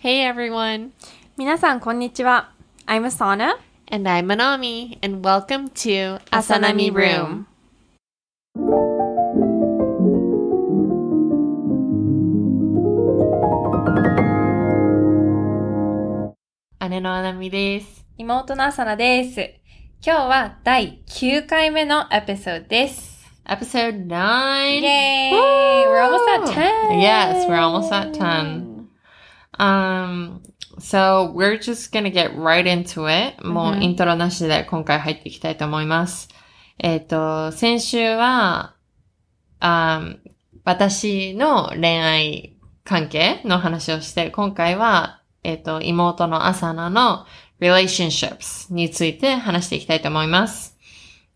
Hey everyone, 皆さん、こんにちは。I'm Asana. and I'm Manami, and welcome to Asanami Asanami Room. Room. 姉のあなみです。妹の Asana です。今日は第9回目のエピソードです。 Episode 9! イェーイ Woo! !We're almost at 10! Yes, we're almost at 10. Um, so we're just gonna get right into it. もううんイントロなしで今回入っていきたいと思います。えっ、と、先週は、um, 私の恋愛関係の話をして、今回は、えっ、と、妹のアサナの relationships について話していきたいと思います。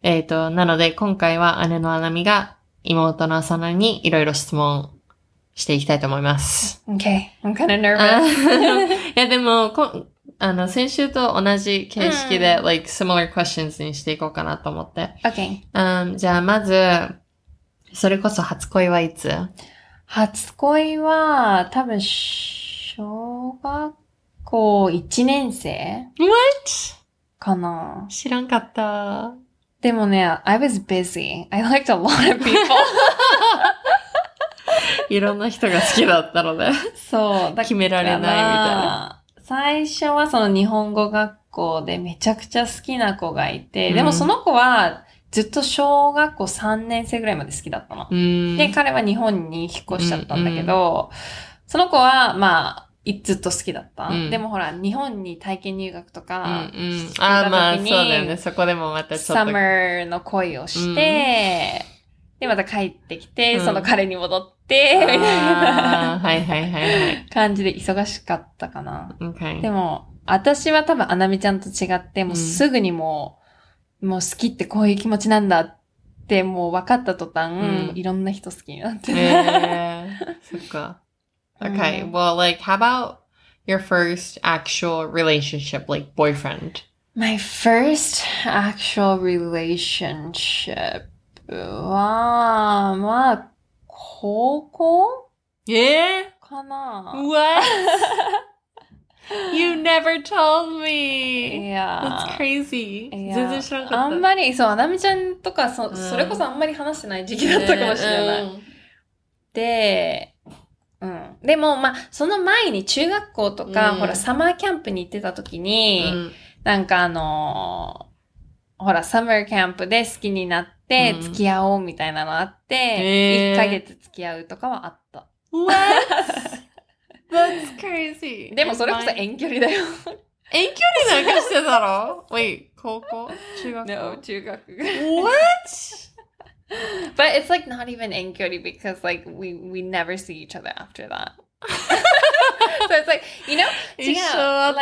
えっ、と、なので今回は姉のアナミが妹のアサナにいろいろ質問していきたいと思います。 Okay, I'm kind of nervous. あいや、でも、こあの、先週と同じ形式で、う like, similar questions にしていこうかなと思って。 okay. うんじゃあ、まず、それこそ初恋はいつ初恋は、多分、小学校1年生 ?What? かな。知らんかった。でもね、I was busy. I liked a lot of people. いろんな人が好きだったの で、そう。だ決められないみたいな。最初はその日本語学校でめちゃくちゃ好きな子がいて、うんでもその子はずっと小学校3年生ぐらいまで好きだったの。うん。で、彼は日本に引っ越しちゃったんだけど、その子はまあ、いずっと好きだった。うんでもほら、日本に体験入学とうかん、うんし、てあたー、まあ、時そうにだよね。そこでもまたちょサっマと。ーの恋をして、で、また帰ってきて、うんその彼に戻って、みたいあーなはいはいはい はい。 感じで忙しかったかな。 Okay でも、私は多分、あなみちゃんと違って、もうすぐにもう、もう好きってこういう気持ちなんだって、もう分かった途端、うんいろんな人好きになってた。 Yeah. okay. Mm. Well, like, how about your first actual relationship, like boyfriend? My first actual relationship は、まあ、高校 Yeah. かな What? you never told い me. や That's crazy. いや全然知らんかったあんまり、そう、あなみちゃんとかうそ、んそれこそあんまり話してない時期だったかもしれない。うんで、うん。でも、まあ、その前に中学校とか、うんほら、サマーキャンプに行ってた時に、うんなんかあのーほら、サマーキャンプで好きになってう、ん付き合おうみたいなのあって、へー1ヶ月付き合うとかはあった。 What? That's crazy. でも、それこそ And mine- 遠距離だよ。遠距離なんかしてたの ?Wait, 高校中学校 no, 中学。 What? But it's like not even 遠距離 because like we, we never see each other after that. so it's like, you know, 違う一緒だ っ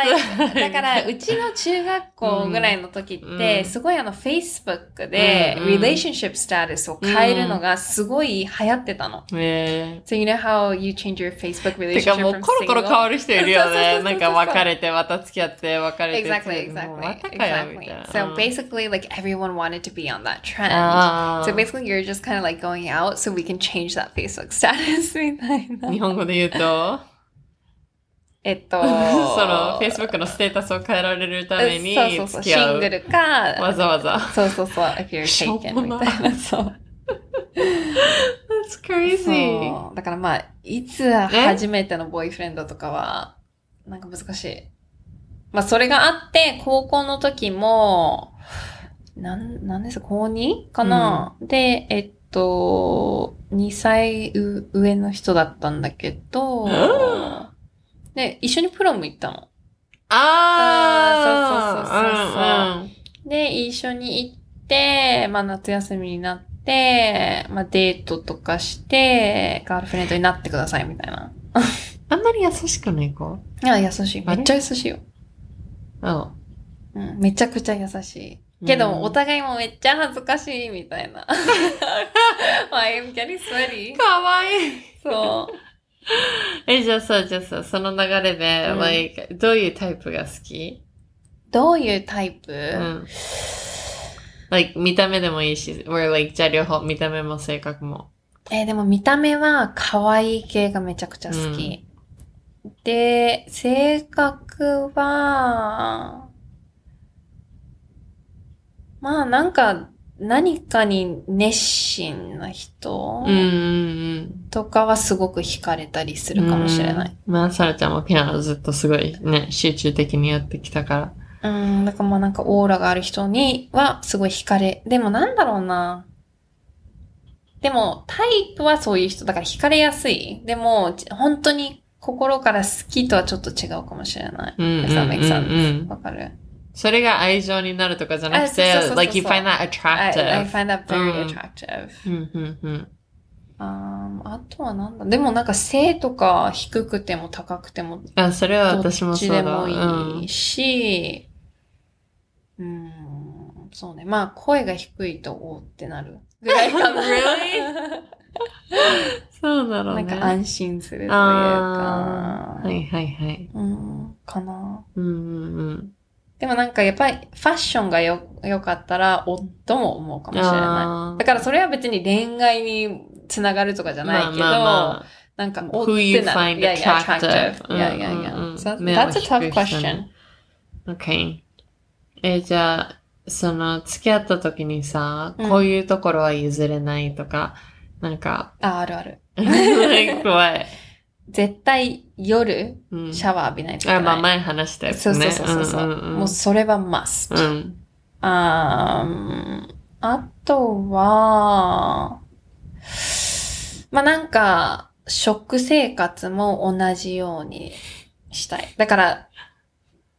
た。だから、うちの中学校ぐらいの時って、うんすごいあの、Facebook で、うんうん relationship status を変えるのがすごい流行ってたの。ね So you know how you change your Facebook え。てか relationship も from うコロコロ変わ single? る人いるよ そうそうそうそね。うそうなんか別れて、また付き合って、別れて。 Exactly, もうま exactly, たかよ、み exactly. たいな。 So basically, like everyone wanted to be on that trend. あー So basically, you're just kind of like going out so we can change that Facebook status みたいな日。本語で言う と、えっ と、その Facebook のステータスを変えられるためにそうそうそう、付きシ合ングう。ルか、わざわ ざ。そうそうそう、if you're しょう taken もみないたいな。 そう。 That's crazy. そうだからまあ、いつ初めてのボーイフレンドとかは、なんか難しい。まあ、それがあって、高校の時も、なん、なんです高 2? かな、で、えっと、2歳う上の人だったんだけど、で、一緒にプロム行ったの。ああ、そうそうそうそう。で、一緒に行って、まあ、夏休みになって、まあ、デートとかして、ガールフレンドになってくださいみたいな。あんまり優しくない子いや、優しい。あめれっちゃ優しいよ。うん。うん、めちゃくちゃ優しい。けど、お互いもめっちゃ恥ずかしいみたい な。I'm getting sweaty. かわい い。そう。え、じゃあさ、じゃあさ、その流れで、うん like, どういうタイプが好きどういうタイプ、うん。like, 見た目でもいいし、or like, じゃあ両方、見た目も性格も。えーでも見た目は可愛い系がめちゃくちゃ好き。で、性格は、まあなんか何かに熱心な人うんうんとかはすごく惹かれたりすうん。るかもしれない。うん。まあ、サラちゃんもピアノずっとすごいね、集中的にやってきたから。うん、だからまあなんかオーラがある人にはすごい惹かれ。でもなんだろうな。でもタイプはそういう人だから惹かれやすい。でもち本当に心から好きとはちょっと違うかもしれない。うんうんうん Does that make うん sense? わかるそれが愛情になるとかじゃなくてあそうそうそうそ、う like you find that I, I attractive. find that very うん attractive.、うんうんうん。あーあとはなんだ。でもなんか背とか低くても高くてもあ、それはどっ私もちそうでだ。もうんいいし、うん、そうね。まあ、声が低いと、おーってなるぐらいか な。Really？そうだろうなね。んか安心するというあー、かはいはいはい。うん、かな。うんうんうん。でもなんかやっぱりファッションがよ、良かったら、おっとも思うかもしれない。あーだからそれは別に恋愛につながるとかじゃないけど、まあまあまあなんか、おっ Who て you なる。 find Yeah, yeah, attractive. attractive. Yeah, yeah, yeah. うんうんうん So 目は that's a tough 低くした question. ね Okay. えー、じゃあ、その、付き合った時にさ、うんこういうところは譲れないとか、なん か、あ、あるある。怖い。絶対夜、うん、シャワー浴びないといけなあ、い。まあ前話したやつそうね。そうそうそう。んんんもうそれは must。うん。あーうんあとは、まあなんか、食生活も同じようにしたい。だから、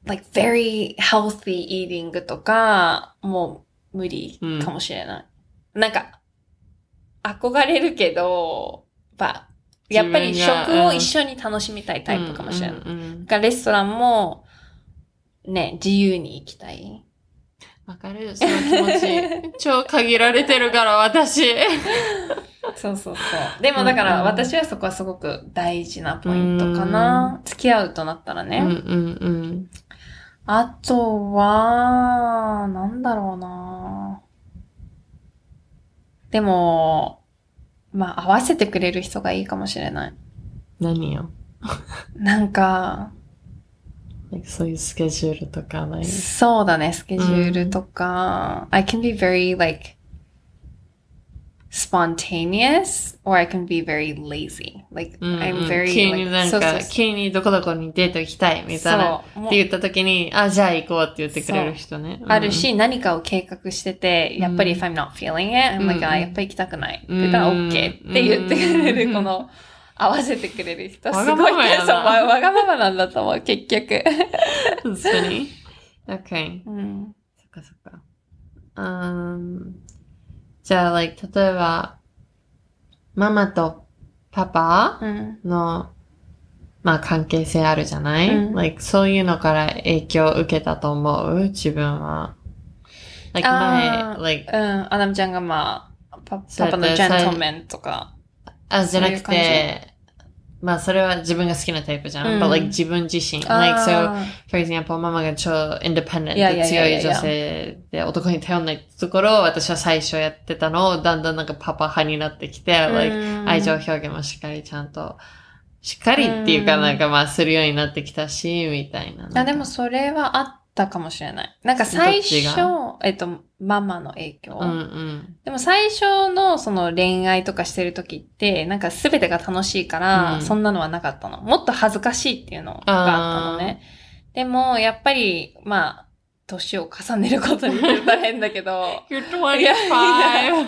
like very healthy eating とか、もう無理かもしれない。なんか、憧れるけど、やっぱやっぱり自分が食を一緒に楽しみたいタイプかもしれない。うんうんうんがレストランも、ね、自由に行きたい。わかるその気 持ち。超限られてるから、私。そうそうそう。でもだかうんうらん私はそこはすごく大事なポイントかな。付き合うとなったらうね。んうんうん。あとは、なんだろうな。でも、まあ合わせてくれる人がいいかもしれない。何よ。なんか、 Like, そういうスケジュールとか、like そうだね、スケジュールとか、I can be very like spontaneous or I can be very lazy. Like うんうん I'm very 急に like- なんそうそうか、急にどこどこにデート行きたいみたいな。っそうもうて言った時に、あ、じゃあ行こうって言ってくれる人ね。うんある、し、何かを計画してて、やっぱり if I'm not feeling it, うん I'm like, あ、やっぱり行きたくない。ってうん言ったら OK って言ってくれうんる、この、合わせてくれる人。すわごい、がままやなそうわわがままなんだと思う、結局。本当に。OK。うん。そっかそっか。うーん。じゃあ、like 例えば、ママとパパうん。の、まあ関係性あるじゃない、うん ?like そういうのから影響を受けたと思う自分は。like あ前、like うん。アダムちゃんがまあ、パそうパやってパのジェントメンとか。あ、じゃなくそういうて、まあそれは自分が好きなタイプじゃん。うん but like 自分自身。like so, あ for example, ママが超 independent いやいでやい強やいいや女性で男に頼んないところを私は最初やってたのをだんだんなんかパパ派になってきて、ー like うん愛情表現もしっかりちゃんと、しっかりっていうかうんなんかまあするようになってきたし、みたいな。あ、でもそれはあったかもしれない。なんか最初どっちが、えっと、ママの影響。うんうん。でも最初のその恋愛とかしてる時って、なんか全てが楽しいから、うんそんなのはなかったの。もっと恥ずかしいっていうのがあったのね。でも、やっぱり、まあ、年を重ねることに言ったら変だけど、 You're いやいや 25!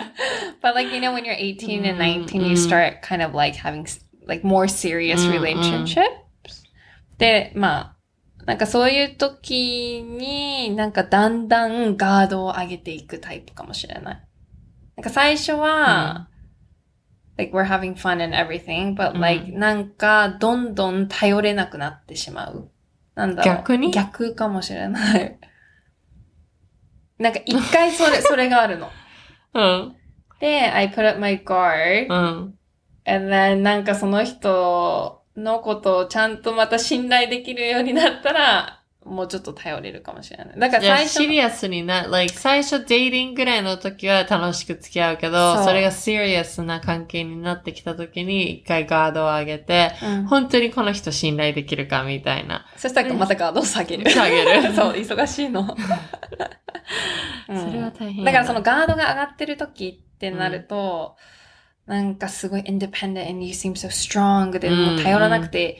But like, you know, when you're 18 and うん 19, うん you start kind of like having s- like more serious うんうん relationships. で、まあ、なんかそういう時に、なんかだんだんガードを上げていくタイプかもしれない。なんか最初は、like we're having fun and everything, but う like、なんかどんどん頼れなくなってしまう。なんだろう。逆に逆かもしれない。 なんか一回それ、それがあるの。 うん。で、I put up my guard う、ん。 and then なんかその人のことをちゃんとまた信頼できるようになったら、もうちょっと頼れるかもしれない。だからじゃあ最初シの、リアスにな、like 最初デイリングぐらいの時は楽しく付き合うけど、そそうれがシリアスな関係になってきた時に一回ガードを上げて、うん本当にこの人信頼できるかみたいな。そしたらまたガードを下げる。下げる そう、忙しいの。う それは大変やなだからそのガードが上がってる時ってなると、なんかすごい independent and you seem so strong で、うんもう頼らなくて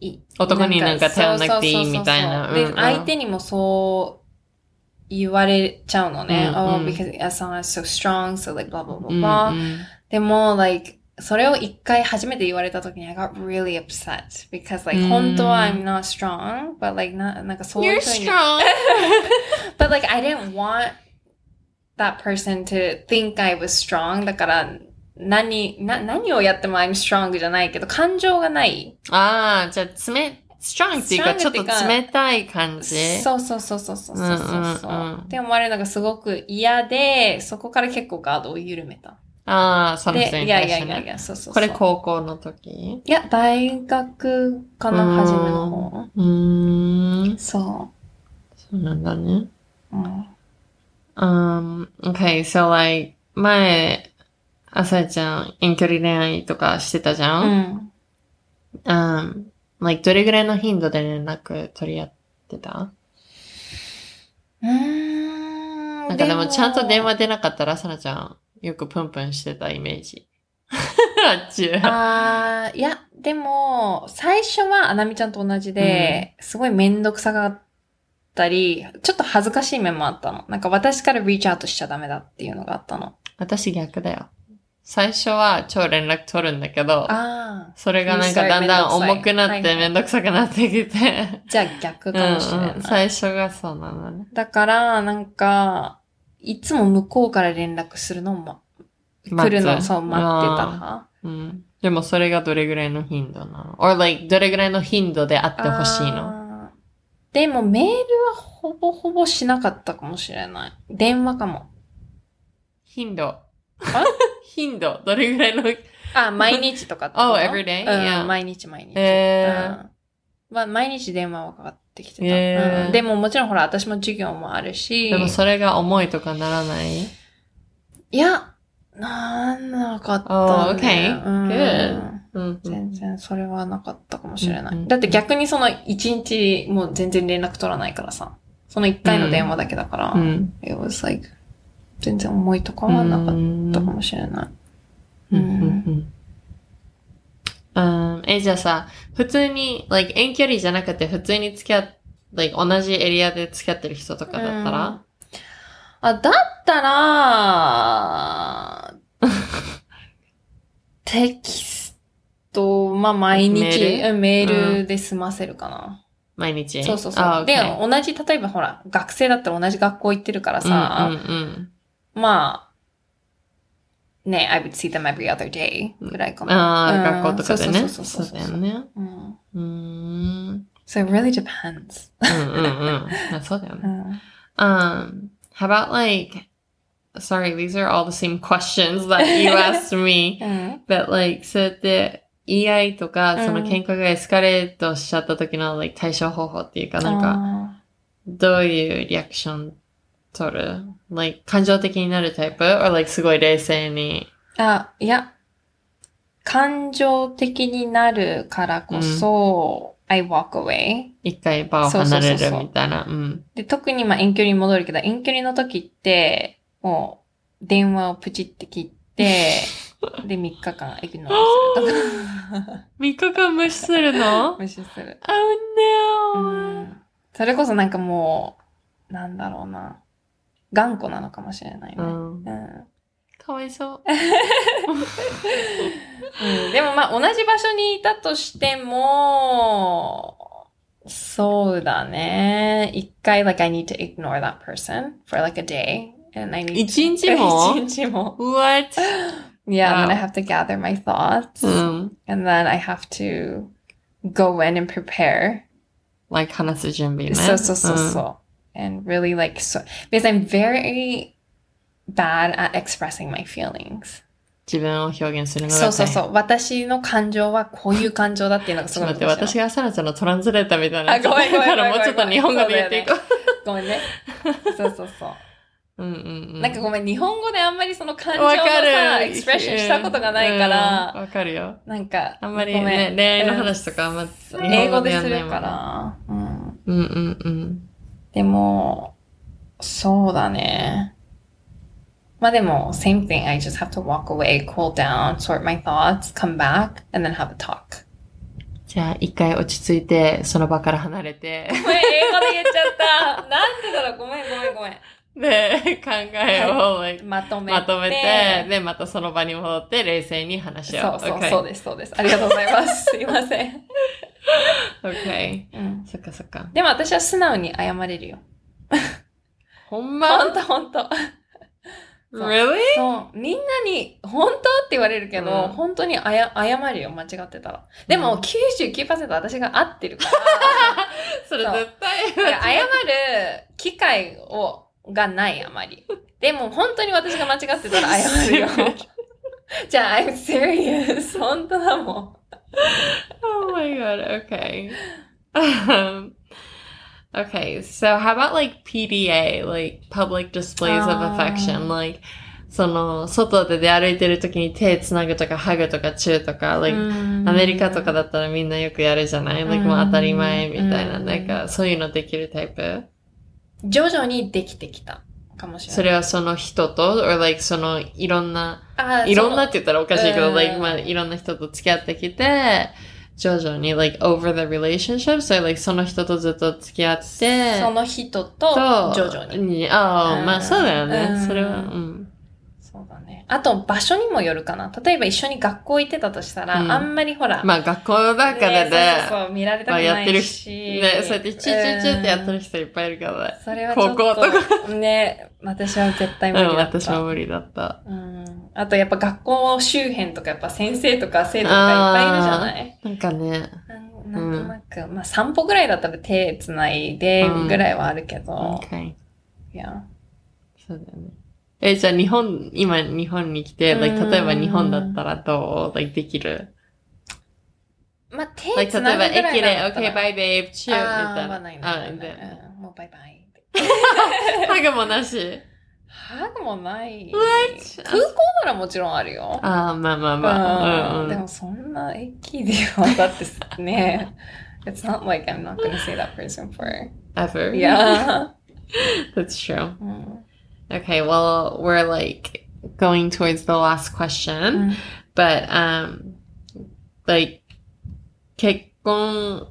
いい。男になんか頼らなくていいそうそうそうそうみたいな。で、うんうん相手にもそう言われちゃうのね。うん oh, うん because as someone is so strong, so like blah blah う blah ん blah.、うんでも、like, それを一回初めて言われた時に I got really upset because like うん本当は I'm not strong but like ななんかそういう You're ふうに strong! but like I didn't want that person to think I was strong だから何な何をやっても I'm strong じゃないけど感情がないああ、じゃあ、つめ、ストロングっていうか、スちトょロンっグってというか冷たい感じ。そうそうそうそうそうそうそうそううんうんうんって思われるのがすごく嫌でそこから結構ガードを緩めたああ、そので人にいや対いやしていやいね。やそうそうそうこれ高校の時いや大学かなうん初めの方うーん。そそうなんだね。う。うん。 Um, okay, so like, 前、あさやちゃん遠距離恋愛とかしてたじゃ、うんん、 um, like, どれぐらいの頻度で連絡取り合ってたななんかでもちゃんと電話出なかったら、さなちゃん、よくプンプンしてたイメージ。 あっちゅう。あーいや、でも、最初は、あなみちゃんと同じで、すごいめんどくさがったり、ちょっと恥ずかしい面もあったの。なんか私からリーチアウトしちゃダメだっていうのがあったの。私逆だよ。最初は超連絡取るんだけど、ああ。それがなんかだんだん重くなっはていめんどくさくなってきて。じゃあ逆かもしれない。うんうん最初がそうなのね。だから、なんか、いつも向こうから連絡するのを、ま、来るのを、待つそう、待ってたあー派うん。でもそれがどれぐらいの頻度なの ?or like どれぐらいの頻度であってほしいのあーでもメールはほぼほぼしなかったかもしれない。電話かも。頻度。 頻度。どれぐらいの、あ、毎日とかってこと Oh, every day? うん Yeah. 毎日毎日。へーうんまあ、毎日電話はかかってきてた、へーうんでももちろんほら、私も授業もあるし。でもそれが重いとかならないいや、なんなかった、Oh, ね。okay. うんうん。全然それはなかったかもしれない。うんうんだって逆にその一日もう全然連絡取らないからさ。その一回の電話だけだから。うん。 It was like 全然重いとかはなかったかもしれない。うんうんえ、じゃあさ、普通に、like 遠距離じゃなくて普通に付き合っ、like 同じエリアで付き合ってる人とかだったら、あ、だったら、 テキスト、まあ毎日、メールうんメールで済ませるかな。毎日そうそうあそ OK う。で、同じ、例えばほら、学生だったら同じ学校行ってるからさ、うんうんまあ、ね、I would see them every other day ぐらいかうん、も。ああ、うん学校とかでね。そうそうそうそそううだそよう。ね。うんうーん。 So it really depends. うんうんうん。まあそうだようね。ん Um, how about like, sorry, these are all the same questions that you asked me. うん。 But like, そうやって言い合いとか、うんその喧嘩がエスカレートしちゃった時の like 対処方法っていうか、なんか、あーどういうリアクション取る ?like, 感情的になるタイプ ?or like すごい冷静に。あ、いや、感情的になるからこそ、I walk away。一回場を離れるみたいな。うん。で、特にまあ遠距離に戻るけど、遠距離の時って、もう、電話をプチって切って、で、3日間エグノールするとか、 3日間無視する の無視する。 Oh う no! ん。それこそなんかもう、なんだろうな。頑固なのかもしれないね。ううん。ん。かわいそう。うんでもまあ同じ場所にいたとしても、そうだね。一回、like, I need to ignore that person for like a day. And I need to- 一日も一日も。 What? Yeah, and Wow. then I have to gather my thoughts. うん And then I have to go in and prepare. Like 話す準備ね。 So, so, so, so. And really like, so, because I'm very bad at expressing my feelings. 自分を表現するのがそうそう大変そう。私の感情はこういう感情だっていうのがちすょっごとい待って、面白い私がサラちゃんのトランスレーターみたいな。あごめんごめんだからもごめんうちょっと日本語で言っていこご めんね。そうそうそう。う。うんうんうん。なんかごめん、日本語であんまりその感情のわかさ、る。エクスプレッションしたことがないかうんら、わかるよ。なんか、あんまりごね、めん恋愛の話とかあんま日うん英本語語ででやすんないもるんかね。ら、うん。うんうんうん。でも、そうだね。まあでも、same thing. I just have to walk away, cool down, sort my thoughts, come back, and then have a talk. じゃあ、一回落ち着いて、その場から離れて、ごめん、英語で言っちゃった。なんでだろう、ごめん、ごめん、ごめん。で、考えを、like まとめて。まとめて、で、またその場に戻って、冷静に話しそ合うう。そう、そうです、そうです。ありがとうございます。すいません。 OK。OK。うん、そっかそっか。でも私は素直に謝れるよ。ほんほんまとほんと。そう ?Really? そう、みんなに、本当って言われるけうど、ん本当にあや謝るよ、間違ってたら。でも、うん99%私が合ってるかそれ絶ら、い 対や。謝る機会を、がない、あまり。でも、本当に私が間違ってたら謝 るよ Serious。じゃあ、I'm serious. 本当だもん。 oh my god, okay. Um, okay, so how about like PDA, like public displays of あー affection? Like, その、外で出歩いてる時に手つなぐとか、ハグとか、チューとか、like, アメリカとかだったらみんなよくやるじゃない、う ?like んもう当たり前みたいな、うんなんかそういうのできるタイプ徐々にできてきたかもしれそない。れはその人と、or like そのいろんな、あーいろんなって言ったらおかしいけうど、ん like まあいろんな人と付き合ってきて、徐々に like over the relationship, so like その人とずっと付き合って、その人とと、徐々に。に。ああ、うんまあそうだよね。うんそれは、うん。そうだね。あと、場所にもよるかな。例えば一緒に学校行ってたとしたら、うんあんまりほら、まあ学校の中でねそうね、そうそう見られたまくあやなってるい人、し。ね、そうやってチューチューチューってやってる。る人いっぱいいるから。それはちょっと高校ね、私は絶対う無理ん、だった。私も無理だった。うん。あと、やっぱ学校周辺とか、やっぱ先生とか生徒とかいっぱいいるじゃないなんかね、なんなんとなく、まあ散歩ぐらいだったら手つないでうんぐらいはあるけど、 Okay. いや。そうだよね。え、じゃあ日本、今日本に来て、like うん例えば日本だったらどう ?like できるまあ手 like つ例なえばぐぐらいだっ駅で、たら OK, bye babe, チューみあたーいまな。あないあでな、うんもうバイバイ。ハグ もなし。ハグもない。 What？空港ならもちろんあるよ。あーまあまあまあ。ううんんでうんもそんな駅ではだっ てね。It's not like I'm not gonna say that person for. Ever. Yeah. That's true. うん。 Okay, well, we're like going towards the last question. But um like 結婚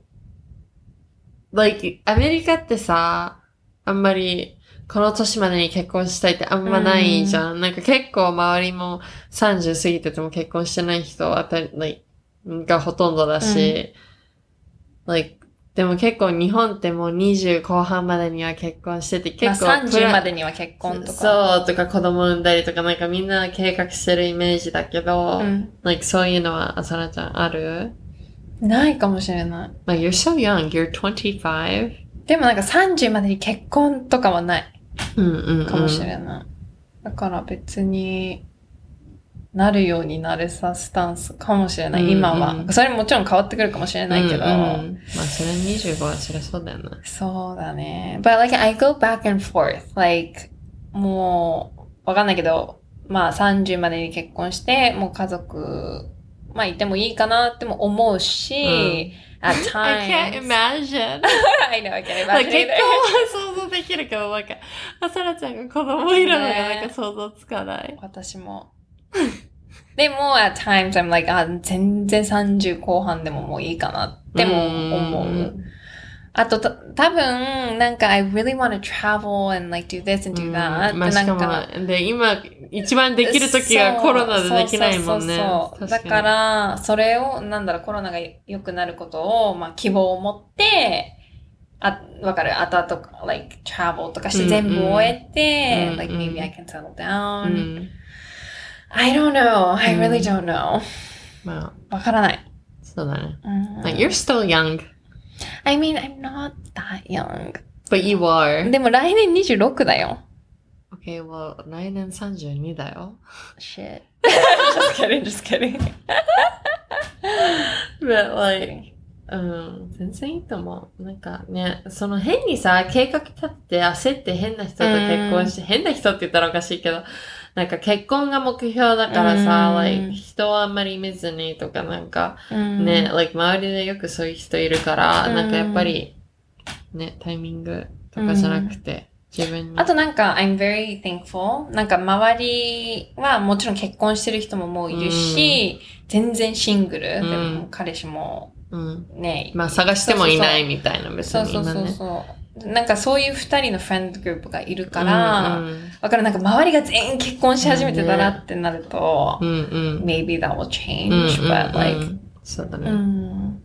like アメリカってさあんまりこの年までに結婚したいってあんまないじゃん。なんか結構周りも30過ぎてても結婚してない人は当たり、like がほとんどだし、like でも結構日本ってもう20後半までには結婚してて結結構、まあ、構プラ30までには結婚とか。そう、とか子供産んだりとかなんかみんな計画してるイメージだけど、うん。 Like, そういうのは、あさらちゃんあるないかもしれない。 ?Like, you're so young, you're 25? でもなんか30までに結婚とかはないうんうん、うん。かもしれない。だから別になるようになれさスタンスかもしれない、うん今はう。んそれもちろん変わってくるかもしれないけど。うんうんまあ、それ25はそりゃそうだよな。そうだね。But like I go back and forth. Like もうわかんないけど、まあ30までに結婚して、もう家族、まあいてもいいかなっても思うし、at times. I can't imagine. I know, I can't 結婚 imagine. either. は想像できるけど、なんか、あさらちゃんが子供いるのがねなんか想像つかない。私も。でも、at times I'm like, あ、全然30後半でももういいかなっても思うう。んあと、た多分なんか、I really want to travel and like do this and do that. うんまあ、しかなんも、で、今、一番できる時がコロナでできないもんね。そうそうそうそう確だかに、ら、それを、なんだろう、コロナが良くなることを、まあ、希望を持って、あ、わかる、あとあと、like, travel とかして全部終えて、うんうん like, うんうん maybe I can settle down.、うん、 I don't know. I really don't know. まあ、わからない。そうだね。うん Like, you're still young, I mean, I'm not that young. but you are. でも来年26だよ。 Okay, Okay, well, 来年32だ よ。 Shit. just kidding, just kidding. but like, うん、全然いいと思う。なんかね、その変にさ、計画立って焦って変な人と結婚して、変な人って言ったらおかしいけど、なんか結婚が目標だからさ、うん like 人はあんまり見ずにとかなんかね、like 周りでよくそういう人いるから、うんなんかやっぱり、ね、タイミングとかじゃなくて、自分に。あとなんか、I'm very thankful. なんか、周りはもちろん結婚してる人ももういるし、全然シングル。でうんも彼氏もうん。ね、まあ探してもいなそうそうそういみたいな、別そうにそ今うね。そうそう。なんかそういう二人のフレンドグループがいるかうんら、だからなんか周りが全員結婚し始めてたなってなるとう、んうん。 maybe that will うんうん change, but う like, んそうだね。うん。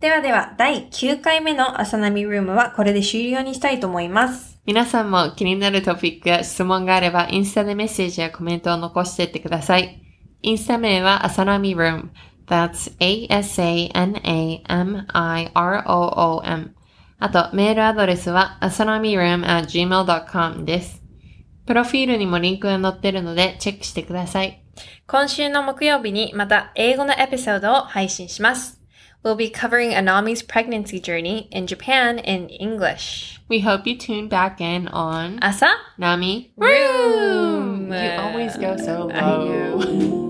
ではでは、第9回目の朝波ルームはこれで終了にしたいと思います。皆さんも気になるトピックや質問があれば、インスタでメッセージやコメントを残していってください。インスタ名は、アサナミ room。That's A-S-A-N-A-M-I-R-O-O-M。あと、メールアドレスは、アサナミ room at gmail.com です。プロフィールにもリンクが載ってるので、チェックしてください。今週の木曜日にまた英語のエピソードを配信します。We'll be covering Anami's pregnancy journey in Japan in English. We hope you tune back in on 朝 Nami Room. You always go so low. I know.